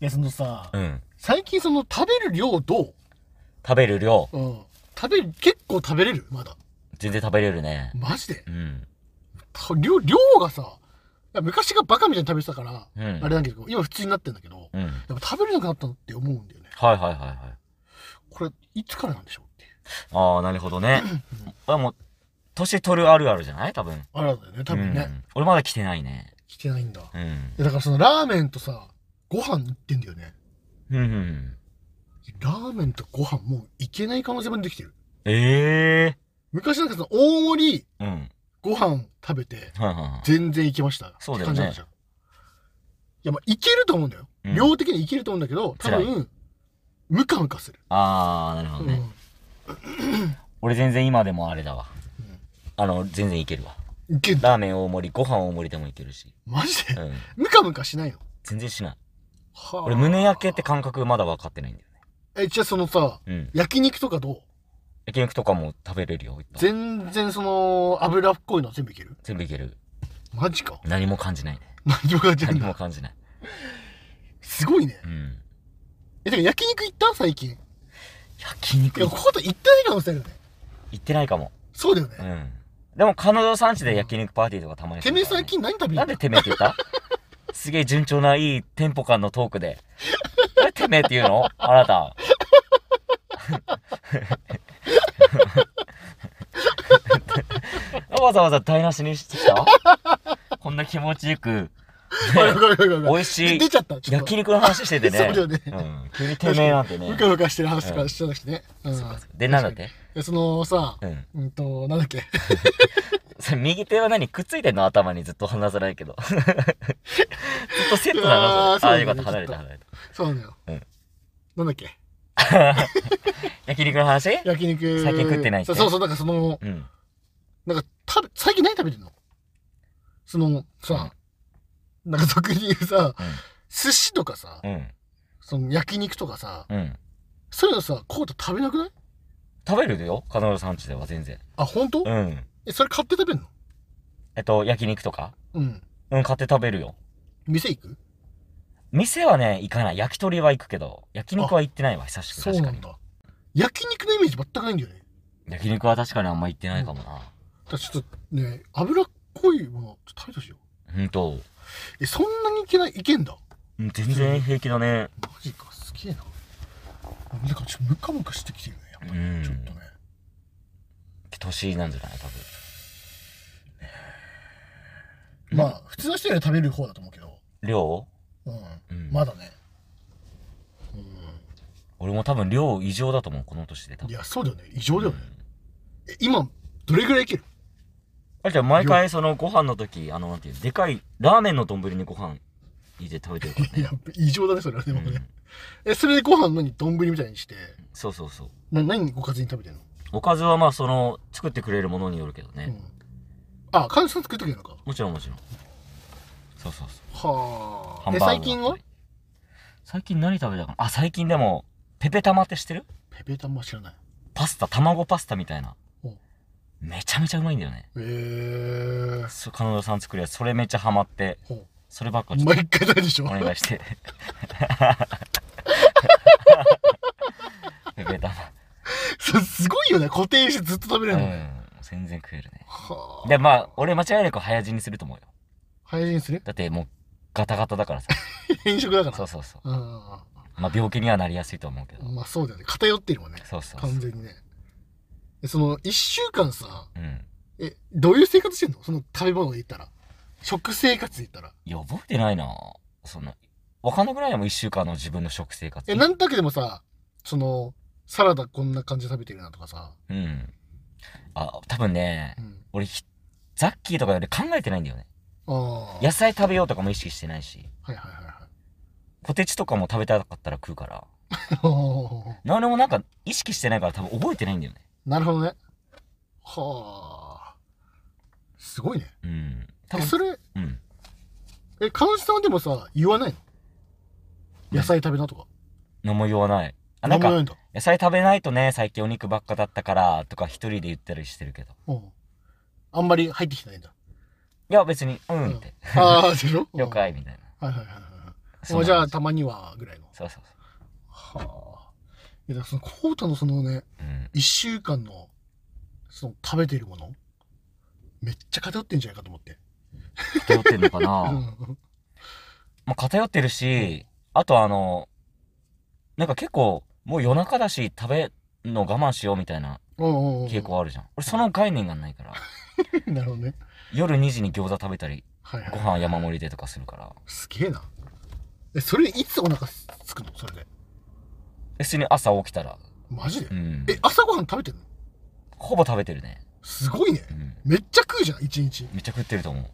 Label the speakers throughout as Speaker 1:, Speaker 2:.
Speaker 1: や、そのさ、
Speaker 2: うん。
Speaker 1: 最近その食べる量ど
Speaker 2: 食べる量、
Speaker 1: ううん。食べる、結構食べれるまだ。
Speaker 2: 全然食べれるね。
Speaker 1: マジで
Speaker 2: うん。
Speaker 1: た量、量がさ、いや昔がバカみたいに食べてたから、
Speaker 2: うん
Speaker 1: あれなんだけど、今普通になってんだけど、
Speaker 2: うん。はい
Speaker 1: やっぱ食べれなくなったのって思うんだよね。
Speaker 2: はいはいはい。
Speaker 1: これ、いつからなんでしょうっていう。
Speaker 2: ああ、なるほ どね。あ、もう、年取るあるあるじゃない多分。
Speaker 1: あれなんだよね、多分
Speaker 2: う
Speaker 1: ね。
Speaker 2: ん。俺まだ来てないね。
Speaker 1: 来てないんだ。い
Speaker 2: うん。
Speaker 1: やだからそのラーメンとさ、ご飯いってんだよね。
Speaker 2: うんうん。
Speaker 1: ラーメンとご飯もういけない可能性も出てきてる。
Speaker 2: ええ
Speaker 1: 昔なんかその大盛り
Speaker 2: ー。うん。
Speaker 1: ご飯食べて
Speaker 2: はいはいはい。
Speaker 1: 全然いけました。
Speaker 2: そうだよね
Speaker 1: って感じなんですよいやまあいけると思うんだよ。
Speaker 2: うん
Speaker 1: 量的にいけると思うんだけど、多分、ムカムカする。
Speaker 2: ああ、なるほ
Speaker 1: う
Speaker 2: ど
Speaker 1: ん
Speaker 2: ね。俺全然今でもあれだわ。
Speaker 1: うん
Speaker 2: あの、全然いけるわ。
Speaker 1: いけんだ。
Speaker 2: ラーメン大盛り、ご飯大盛りでもいけるし。
Speaker 1: マジで、
Speaker 2: うん。
Speaker 1: ムカムカしないの
Speaker 2: 全然しない。
Speaker 1: はあ
Speaker 2: 俺、胸焼けって感覚まだ分かってないんだよね。
Speaker 1: え、じゃあそのさ、
Speaker 2: うん。
Speaker 1: 焼肉とかどう
Speaker 2: 焼肉とかも食べれるよ。いっぱい
Speaker 1: 全然その、油っこいのは全部いける
Speaker 2: 全部いける。
Speaker 1: マジか。
Speaker 2: 何も感じないね。
Speaker 1: 何も感じない
Speaker 2: 何
Speaker 1: ん
Speaker 2: も
Speaker 1: だ。
Speaker 2: 感じない。
Speaker 1: すごいね。
Speaker 2: うん。
Speaker 1: え、てか焼肉行った最近。
Speaker 2: 焼
Speaker 1: い
Speaker 2: 肉
Speaker 1: や、ここと行ってない可能性あるよね。
Speaker 2: 行ってないかも。
Speaker 1: そうだよね。
Speaker 2: うん。でも、彼女さん家で焼肉パーティーとかたまにす
Speaker 1: て
Speaker 2: る
Speaker 1: めえ
Speaker 2: からね
Speaker 1: 最近何食べる
Speaker 2: なんでてめえって言った すげえ順調ないいテンポ感のトークで。あれてめえって言うのあ なた。わざわざ台無しにしてきたこんな気持ちよく、
Speaker 1: ごめんごめんごめんごめん
Speaker 2: 美味しい
Speaker 1: 出ちゃった。ちょっと
Speaker 2: 焼肉の話してて ね。
Speaker 1: そうだよね
Speaker 2: うん。急にてめえなんてね
Speaker 1: ム。カムカしてる話とかしてたしね。うん。
Speaker 2: で、なんだって
Speaker 1: えそのさ、
Speaker 2: うん。
Speaker 1: うんと、なんだっけ。
Speaker 2: それ右手は何くっついてんの頭にずっと離さないけど。 ずっとセットだ
Speaker 1: あ
Speaker 2: な、
Speaker 1: ー
Speaker 2: そ
Speaker 1: そう
Speaker 2: れ。ああ、
Speaker 1: だね
Speaker 2: よかった。離れ
Speaker 1: ちょ
Speaker 2: た、
Speaker 1: っと
Speaker 2: 離れた。
Speaker 1: そうなのよ。
Speaker 2: うん
Speaker 1: なんだっけ。
Speaker 2: 焼肉の話
Speaker 1: 焼肉。
Speaker 2: 最近食ってないっ
Speaker 1: そ
Speaker 2: て
Speaker 1: うそうそう、なんかその、
Speaker 2: うん。
Speaker 1: なんか食べ、最近何食べてんのその、さ、なんか俗に言うさ、寿司とかさ
Speaker 2: う、ん。
Speaker 1: その焼肉とかさ、
Speaker 2: うん。
Speaker 1: そういうのさ、コート食べなくない
Speaker 2: 食べるよ彼女さんちでは全然。
Speaker 1: あ、本当？
Speaker 2: うん。
Speaker 1: え、それ買って食べんの
Speaker 2: えっと、焼肉とか
Speaker 1: うん。
Speaker 2: うん、買って食べるよ。
Speaker 1: 店行く
Speaker 2: 店はね、行かない。焼き鳥は行くけど、焼肉は行ってないわ、久しく
Speaker 1: そう
Speaker 2: 確
Speaker 1: な
Speaker 2: か
Speaker 1: ん
Speaker 2: に。
Speaker 1: だ。焼肉のイメージ全くないんだよね。
Speaker 2: 焼肉は確かにあんま行ってないかもな。
Speaker 1: だからちょっとね、脂っこいもの、ちょっと食べてほしいよ。
Speaker 2: ほんと。
Speaker 1: え、そんなにいけない、いけんだ。
Speaker 2: うん、全然平気だね。
Speaker 1: マジか、すげえな。なんかちょっとムカムカしてきてるね、やっぱり、
Speaker 2: うん
Speaker 1: ちょっとね。
Speaker 2: 年なんじゃない多分。うん
Speaker 1: まあ、普通の人より食べる方だと思うけど、
Speaker 2: 量
Speaker 1: うん、
Speaker 2: うん
Speaker 1: まだね。
Speaker 2: 俺も多分量異常だと思う、この年で多
Speaker 1: い
Speaker 2: 分。
Speaker 1: や、そうだよね。異常だよね。え、今、どれぐらいいける
Speaker 2: あじゃあ毎回そのご飯の時、あの、なんていう、でかい、ラーメンの丼にご飯入れて食べてるからね。
Speaker 1: いや、異常だね、それはでも
Speaker 2: う
Speaker 1: ね
Speaker 2: ん。
Speaker 1: え、それでご飯何、丼みたいにして、
Speaker 2: そうそうそう。
Speaker 1: な、何おかずに食べてんの
Speaker 2: おかずはまあその作ってくれるものによるけどね、
Speaker 1: うん。あ、カさん作ってくれるのか。
Speaker 2: もちろんもちろんそうそうそう
Speaker 1: はあ。
Speaker 2: ハン
Speaker 1: え、
Speaker 2: バー
Speaker 1: 最
Speaker 2: グ
Speaker 1: 近は
Speaker 2: 最近何食べたかなあ最近でもペペ玉って知ってる
Speaker 1: ペペタンも知らない。
Speaker 2: パスタ卵パスタみたいな
Speaker 1: お
Speaker 2: めちゃめちゃうまいんだよね
Speaker 1: えー。
Speaker 2: そう彼女さん作るやつそれめっちゃハマって
Speaker 1: ほう
Speaker 2: そればっかちょっ
Speaker 1: 毎回食べるでしょ
Speaker 2: とお願いして ペペ玉
Speaker 1: そうすごいよね。固定してずっと食べれ
Speaker 2: う
Speaker 1: るのね。
Speaker 2: ん全然食えるね
Speaker 1: は
Speaker 2: でまあ俺間違いなく早死にすると思うよ
Speaker 1: 配信する
Speaker 2: だってもうガタガタだからさ
Speaker 1: 変色だから。
Speaker 2: そうそうそう
Speaker 1: うん。
Speaker 2: まあ病気にはなりやすいと思うけど
Speaker 1: まあそうだよね。偏ってるもんね。
Speaker 2: そうそうそう
Speaker 1: 完全にね。えその、一週間さ、
Speaker 2: うん。
Speaker 1: え、どういう生活してんのその食べ物で言ったら。食生活で言ったら。
Speaker 2: いや、覚えてないなそんな。わかんなくないもん、一週間の自分の食生活。
Speaker 1: え、なんだけでもさ、その、サラダこんな感じで食べてるなとかさ。
Speaker 2: うん。あ、多分ね
Speaker 1: う、ん。
Speaker 2: 俺ひ、ザッキーとかより考えてないんだよね。
Speaker 1: ああ。
Speaker 2: 野菜食べようとかも意識してないし、
Speaker 1: はいはいはいはい。
Speaker 2: ポテチとかも食べたかったら食うから。
Speaker 1: おー
Speaker 2: 何でもなんか意識してないから多分覚えてないんだよね。
Speaker 1: なるほどね。はあ。すごいね。
Speaker 2: うん。多
Speaker 1: え、
Speaker 2: 分、
Speaker 1: それ、
Speaker 2: うん。
Speaker 1: え、彼女さんはでもさ、言わないの野菜食べなとか。
Speaker 2: 何も言わない。あ、な
Speaker 1: 何
Speaker 2: ん
Speaker 1: も言わな
Speaker 2: か、
Speaker 1: いんだ。
Speaker 2: 野菜食べないとね、最近お肉ばっかだったから、とか一人で言ったりしてるけど。
Speaker 1: うん。あんまり入ってきてないんだ。
Speaker 2: いや、別に、うんって。
Speaker 1: ああ、でしょ
Speaker 2: 了。解、みたいな。
Speaker 1: うんはいはいはいはい。
Speaker 2: そうなんです
Speaker 1: じゃあたまにはぐらいの
Speaker 2: そうそう
Speaker 1: はあいやだからそのコウタのそのね
Speaker 2: そううん
Speaker 1: 1週間のその食べてるものめっちゃ偏ってんじゃないかと思って
Speaker 2: 偏ってるのかな、
Speaker 1: うん
Speaker 2: まあ、偏ってるし、あとあの、なんか結構、もう夜中だし、食べんの我慢しようみたいな
Speaker 1: うんうんうん
Speaker 2: 傾向あるじゃん。俺その概念がないから、
Speaker 1: なるほどね
Speaker 2: 夜2時に餃子食べたり、
Speaker 1: はいはい
Speaker 2: ご飯山盛りでとかするから、
Speaker 1: すげえなえそれいつお腹すつくのそれで
Speaker 2: 普通に朝起きたら、
Speaker 1: マジで、
Speaker 2: うん。
Speaker 1: え朝ごはん食べてんの
Speaker 2: ほぼ食べてるね。
Speaker 1: すごいね
Speaker 2: うん。
Speaker 1: めっちゃ食うじゃん一日
Speaker 2: めっちゃ食ってると思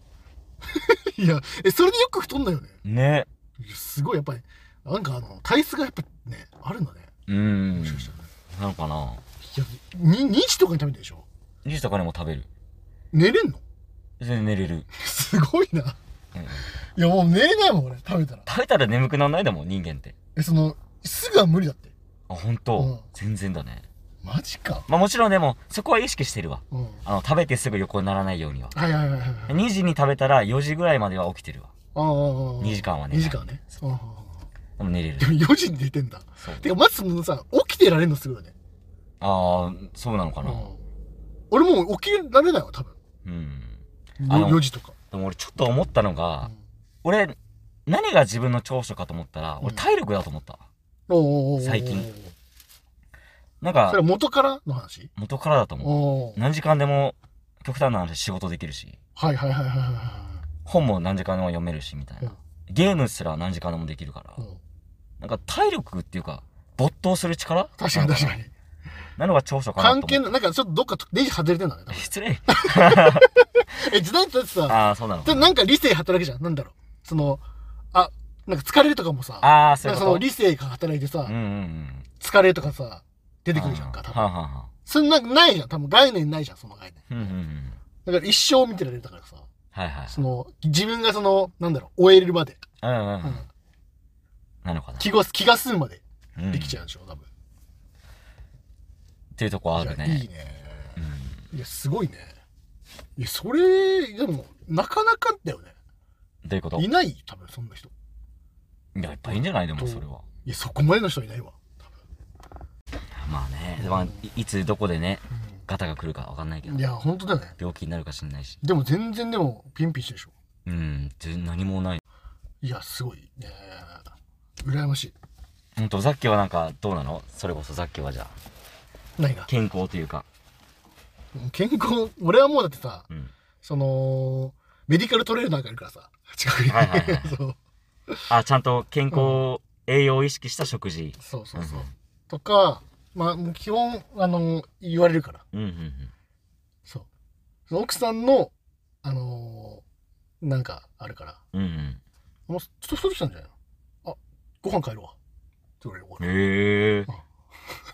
Speaker 1: いやえそれでよく太んだよね
Speaker 2: う。ね。
Speaker 1: いやすごいやっぱりなんかあの体質がやっぱねあるんだね
Speaker 2: うん。
Speaker 1: も
Speaker 2: な
Speaker 1: しかしたらね
Speaker 2: のかない
Speaker 1: やに2時とかに食べてるでしょ
Speaker 2: ?2 時とかにも食べる。
Speaker 1: 寝れんの
Speaker 2: 全然寝れる。
Speaker 1: すごいな
Speaker 2: うん
Speaker 1: いやもう寝れないもん俺食べたら
Speaker 2: 食べたら眠くならないでもん人間って。
Speaker 1: えそのすぐは無理だって
Speaker 2: あ、ほん
Speaker 1: うん
Speaker 2: と全然だね。
Speaker 1: マジか
Speaker 2: まあもちろんでも、そこは意識してるわ。
Speaker 1: うん
Speaker 2: あの、食べてすぐ横にならないようには。
Speaker 1: はいはいはいはいはい
Speaker 2: 2時に食べたら4時ぐらいまでは起きてるわ。
Speaker 1: ああ
Speaker 2: 2時間はね。
Speaker 1: 2時間ねうんうんうん
Speaker 2: でも寝れる
Speaker 1: で。も4時に寝てんだ
Speaker 2: そう。
Speaker 1: てかまずそのさ起きてられるのすごいよね
Speaker 2: ああ、そうなのか
Speaker 1: う
Speaker 2: な。
Speaker 1: ん俺もう起きられないわ多分
Speaker 2: うん。あの
Speaker 1: 4時とか
Speaker 2: でも俺ちょっと思ったの
Speaker 1: う
Speaker 2: が、
Speaker 1: ん
Speaker 2: 俺、何が自分の長所かと思ったら、
Speaker 1: う
Speaker 2: 俺
Speaker 1: ん
Speaker 2: 体力だと思った。
Speaker 1: おうおうおうおう
Speaker 2: 最近
Speaker 1: それ
Speaker 2: なん
Speaker 1: は
Speaker 2: か、
Speaker 1: 元からの話
Speaker 2: 元からだと思う。
Speaker 1: おお
Speaker 2: 何時間でも、極端な話仕事できるし、
Speaker 1: はいはいはいはいはい
Speaker 2: 本も何時間でも読めるし、みたいな
Speaker 1: うん。
Speaker 2: ゲームすら何時間でもできるから
Speaker 1: はい、うん
Speaker 2: なんか体力っていうか、没頭する力
Speaker 1: 確かに確か
Speaker 2: なの
Speaker 1: に
Speaker 2: なのが長所かなと思
Speaker 1: 関
Speaker 2: っ
Speaker 1: 係
Speaker 2: た。
Speaker 1: ないなんかちょっとどっかとネジ外れてんだね多分
Speaker 2: 失礼。
Speaker 1: え時代ってだってさ
Speaker 2: ああ、そうなの
Speaker 1: で
Speaker 2: かな。
Speaker 1: なんか理性働くじゃんなんだろうそのあなんか疲れるとかもさ
Speaker 2: ああ、そう
Speaker 1: ないんか
Speaker 2: う
Speaker 1: そ
Speaker 2: こと
Speaker 1: の理性が働いてさ
Speaker 2: うんうんうん。
Speaker 1: 疲れとかさ出てくるじゃんか多分
Speaker 2: はあ、はあはあ、
Speaker 1: そんなんかないじゃん多分概念ないじゃんその概念
Speaker 2: うんうんうん。
Speaker 1: だから一生見てられるだからさ
Speaker 2: はいはい。
Speaker 1: その自分がそのなんだろう終えるまで、
Speaker 2: うんうんうん。
Speaker 1: うん
Speaker 2: なのかな。
Speaker 1: 気が気が済むまで
Speaker 2: うん、
Speaker 1: できち
Speaker 2: ゃ
Speaker 1: ゃうでしょ多分
Speaker 2: う。っていうとこあるね。
Speaker 1: いやいいね
Speaker 2: う
Speaker 1: いやすごいねいやそれでもなかなかだよね
Speaker 2: ん。どういうことい
Speaker 1: いない多分そんな人
Speaker 2: や、いっぱいいんじゃないでも、それは。
Speaker 1: いやそこまでの人いないわ
Speaker 2: まあね、まあ、いいつどこでね、ガタが来るかわかんないけど
Speaker 1: い、や本当だよね
Speaker 2: 病気になるかしんないし。
Speaker 1: でも全然でもピンピンしてるでしょ
Speaker 2: うん、全何もない。
Speaker 1: いやすごいね羨ましい
Speaker 2: ほんと、ザッキはなんか、どうなのそれこそザッキはじゃあ、
Speaker 1: 何が
Speaker 2: 健康というか。
Speaker 1: 健康俺はもうだってさ
Speaker 2: うん。
Speaker 1: そのメディカルトレーナーがいるからさ近くに、
Speaker 2: はいはいはい
Speaker 1: そう
Speaker 2: あ、ちゃんと健康、栄養を意識した食事。
Speaker 1: そうそうそう、
Speaker 2: うん
Speaker 1: とかまあもう基本あの言われるから
Speaker 2: うんうんうん。
Speaker 1: そうその奥さんのあのーなんかあるから
Speaker 2: うんうん。
Speaker 1: もうちょっと太ってきたんじゃないのあご飯帰るわって言われる俺
Speaker 2: へえ。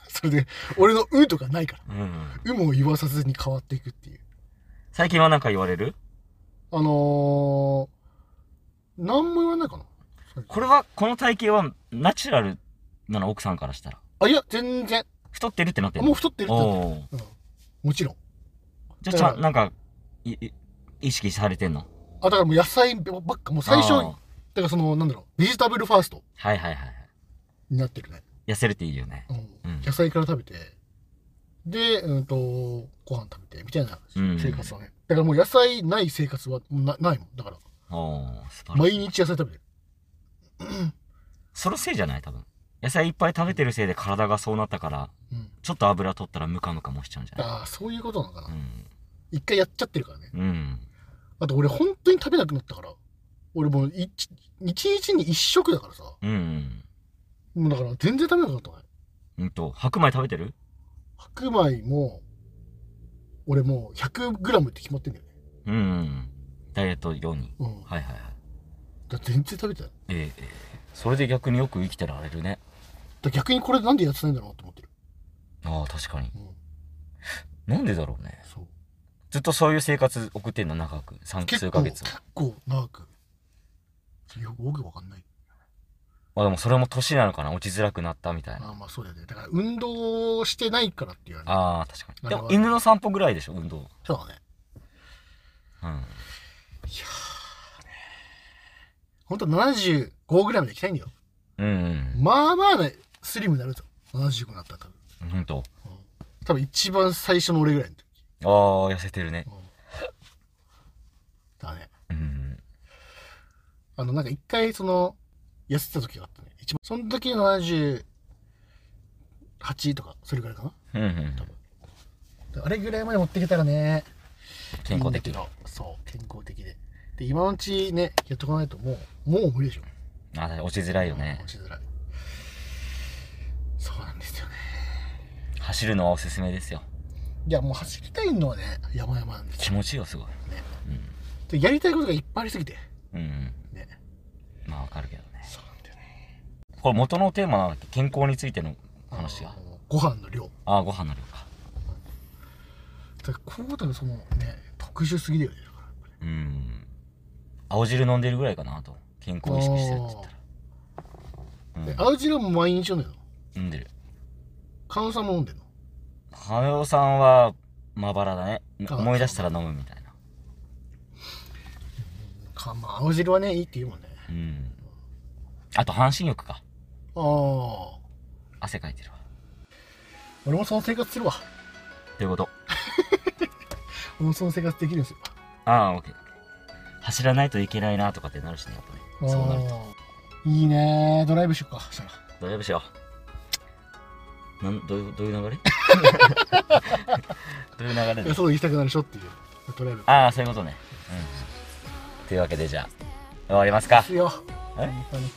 Speaker 1: それで俺の「う」とかないから
Speaker 2: うんうん。
Speaker 1: 「う」も言わさずに変わっていくっていう
Speaker 2: 最近はなんか言われる
Speaker 1: あのー、何も言わないかな
Speaker 2: これは、この体型はナチュラルなの、奥さんからしたら。
Speaker 1: あいや全然
Speaker 2: 太ってるってなって
Speaker 1: あ
Speaker 2: る
Speaker 1: もう太ってるってなってる
Speaker 2: おー
Speaker 1: うんもちろん
Speaker 2: じゃあ、ちゃん、なんか、いい意識されてんの
Speaker 1: あだからもう野菜ばっかもう最初
Speaker 2: あ
Speaker 1: だ
Speaker 2: ー
Speaker 1: からそのなんだろうベジタブルファースト
Speaker 2: はいはいはい。
Speaker 1: になってるね、
Speaker 2: 痩せるっていいよね。
Speaker 1: うん
Speaker 2: うん
Speaker 1: 野菜から食べてでうんとご飯食べてみたいな
Speaker 2: うん
Speaker 1: 生活はね、だからもう野菜ない生活はなないもんだから
Speaker 2: おー、素晴らし
Speaker 1: 毎
Speaker 2: い。
Speaker 1: 日野菜食べてる
Speaker 2: そのせいじゃない多分。野菜いっぱい食べてるせいで体がそうなったから、
Speaker 1: うん
Speaker 2: ちょっと油取ったらムカムカもしちゃうんじゃない
Speaker 1: ああそういうことなのかな、
Speaker 2: うん。
Speaker 1: 一回やっちゃってるからね
Speaker 2: うん。
Speaker 1: あと俺本当に食べなくなったから俺もう一一日に一食だからさ
Speaker 2: うんう
Speaker 1: も
Speaker 2: ん。
Speaker 1: うだから全然食べなくなったね
Speaker 2: うんと、白米食べてる
Speaker 1: 白米も俺もう 100g って決まってんだよね
Speaker 2: うんうん。ダイエット用に。
Speaker 1: うんだか
Speaker 2: はいはいはい。
Speaker 1: ら全然食べてない
Speaker 2: ええええそれで逆によく生きてられるね。
Speaker 1: だから逆にこれなんでやってないんだろうと思ってる
Speaker 2: ああ、確かに。
Speaker 1: うん
Speaker 2: なんでだろうね。
Speaker 1: そう
Speaker 2: ずっとそういう生活送ってんの長く。三
Speaker 1: 結
Speaker 2: 数
Speaker 1: 構
Speaker 2: ヶ月
Speaker 1: 結。構長くよくよくわかんない
Speaker 2: まあでもそれも年なのかな落ちづらくなったみたいな。
Speaker 1: ああまあそうだよねだから運動してないからっていうね
Speaker 2: ああ、確かに。でも
Speaker 1: なるほど
Speaker 2: 犬の散歩ぐらいでしょ、運動。
Speaker 1: そうだね
Speaker 2: うん。
Speaker 1: いやーね本当は75ぐらいまで行きたいんだよ。
Speaker 2: うんうん
Speaker 1: まあまあね、スリムになるぞ。75になったら多分。
Speaker 2: うんほんと
Speaker 1: 多分一番最初の俺ぐらいの時。
Speaker 2: ああ痩せてるね
Speaker 1: だね。
Speaker 2: うん
Speaker 1: あの、なんか一回その、痩せてた時があったね。一番、その時78とか、それぐらいかな。
Speaker 2: うんうん
Speaker 1: あれぐらいまで持っていけたらね、
Speaker 2: 健康的
Speaker 1: いいんだけどそう、健康的で。で、今のうちね、やっとかないともう、もう無理でしょ。
Speaker 2: あ落ちづらいよね
Speaker 1: 落ちづらい。そうなんですよね。
Speaker 2: 走るのはおすすめですよ
Speaker 1: いや、もう走りたいのはね、山々なんです
Speaker 2: 気
Speaker 1: よ。
Speaker 2: 持ちいいよすごい
Speaker 1: でやりたいことがいっぱいありすぎて。
Speaker 2: うんうん
Speaker 1: ね。
Speaker 2: まあわかるけどね
Speaker 1: そうなんだよね。
Speaker 2: これ元のテーマなんだっけ健康についての話が
Speaker 1: あのご飯の量。
Speaker 2: ああご飯の量か
Speaker 1: だからこうだとそのね、特殊すぎだよね。だから
Speaker 2: うん青汁飲んでるぐらいかなと健康意識してるって言
Speaker 1: で
Speaker 2: ったら、
Speaker 1: 青汁も毎日飲んでるの
Speaker 2: うん、飲んでる
Speaker 1: カノさんも飲んでるの
Speaker 2: 羽生さんはまばらだね
Speaker 1: あ
Speaker 2: 思い出したら飲むみたいな
Speaker 1: かまあ青汁はねいいって言うもんね
Speaker 2: うんあと半身浴か
Speaker 1: ああ
Speaker 2: 汗かいてるわ
Speaker 1: 俺もその生活するわ
Speaker 2: ということ
Speaker 1: 俺もその生活できるようにする
Speaker 2: ああオッケー走らないといけないなとかってなるしねやっぱ
Speaker 1: わ
Speaker 2: ねそうなると
Speaker 1: あーいいねドライブしようかそしたら
Speaker 2: ドライブしようなんどういうどういう流 れどういう
Speaker 1: い
Speaker 2: 流れ
Speaker 1: や
Speaker 2: で
Speaker 1: そう行きたくなるでしょっていうドライブ
Speaker 2: ああそういうことねうんというわけでじゃあ終わりますか
Speaker 1: すよ
Speaker 2: え
Speaker 1: 本当に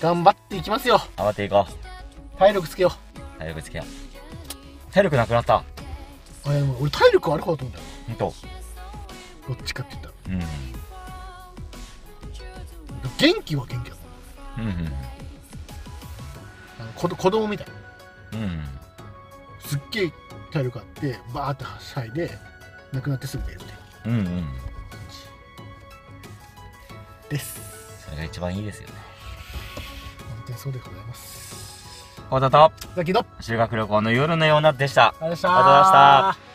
Speaker 1: 頑張っていきますよ
Speaker 2: 慌てていこ
Speaker 1: 体力つけよ
Speaker 2: う体力つけよう体力なくなった
Speaker 1: うあいやもう俺体力はある方だと思うんだよ
Speaker 2: ほんと
Speaker 1: どっちかって言ったら
Speaker 2: うんうん
Speaker 1: 元気は元気だもんあの子子供みたい
Speaker 2: うんうん
Speaker 1: すっげえ体力あってバーってはしゃいで亡くなってすぐ出るみたいな
Speaker 2: うんうんうん
Speaker 1: 感じです
Speaker 2: それが一番いいですよね
Speaker 1: 本当にそうでございます。
Speaker 2: コウタと
Speaker 1: だけど、あり
Speaker 2: 修学旅行の夜のようなでした
Speaker 1: がとうございました。
Speaker 2: ありがとうございました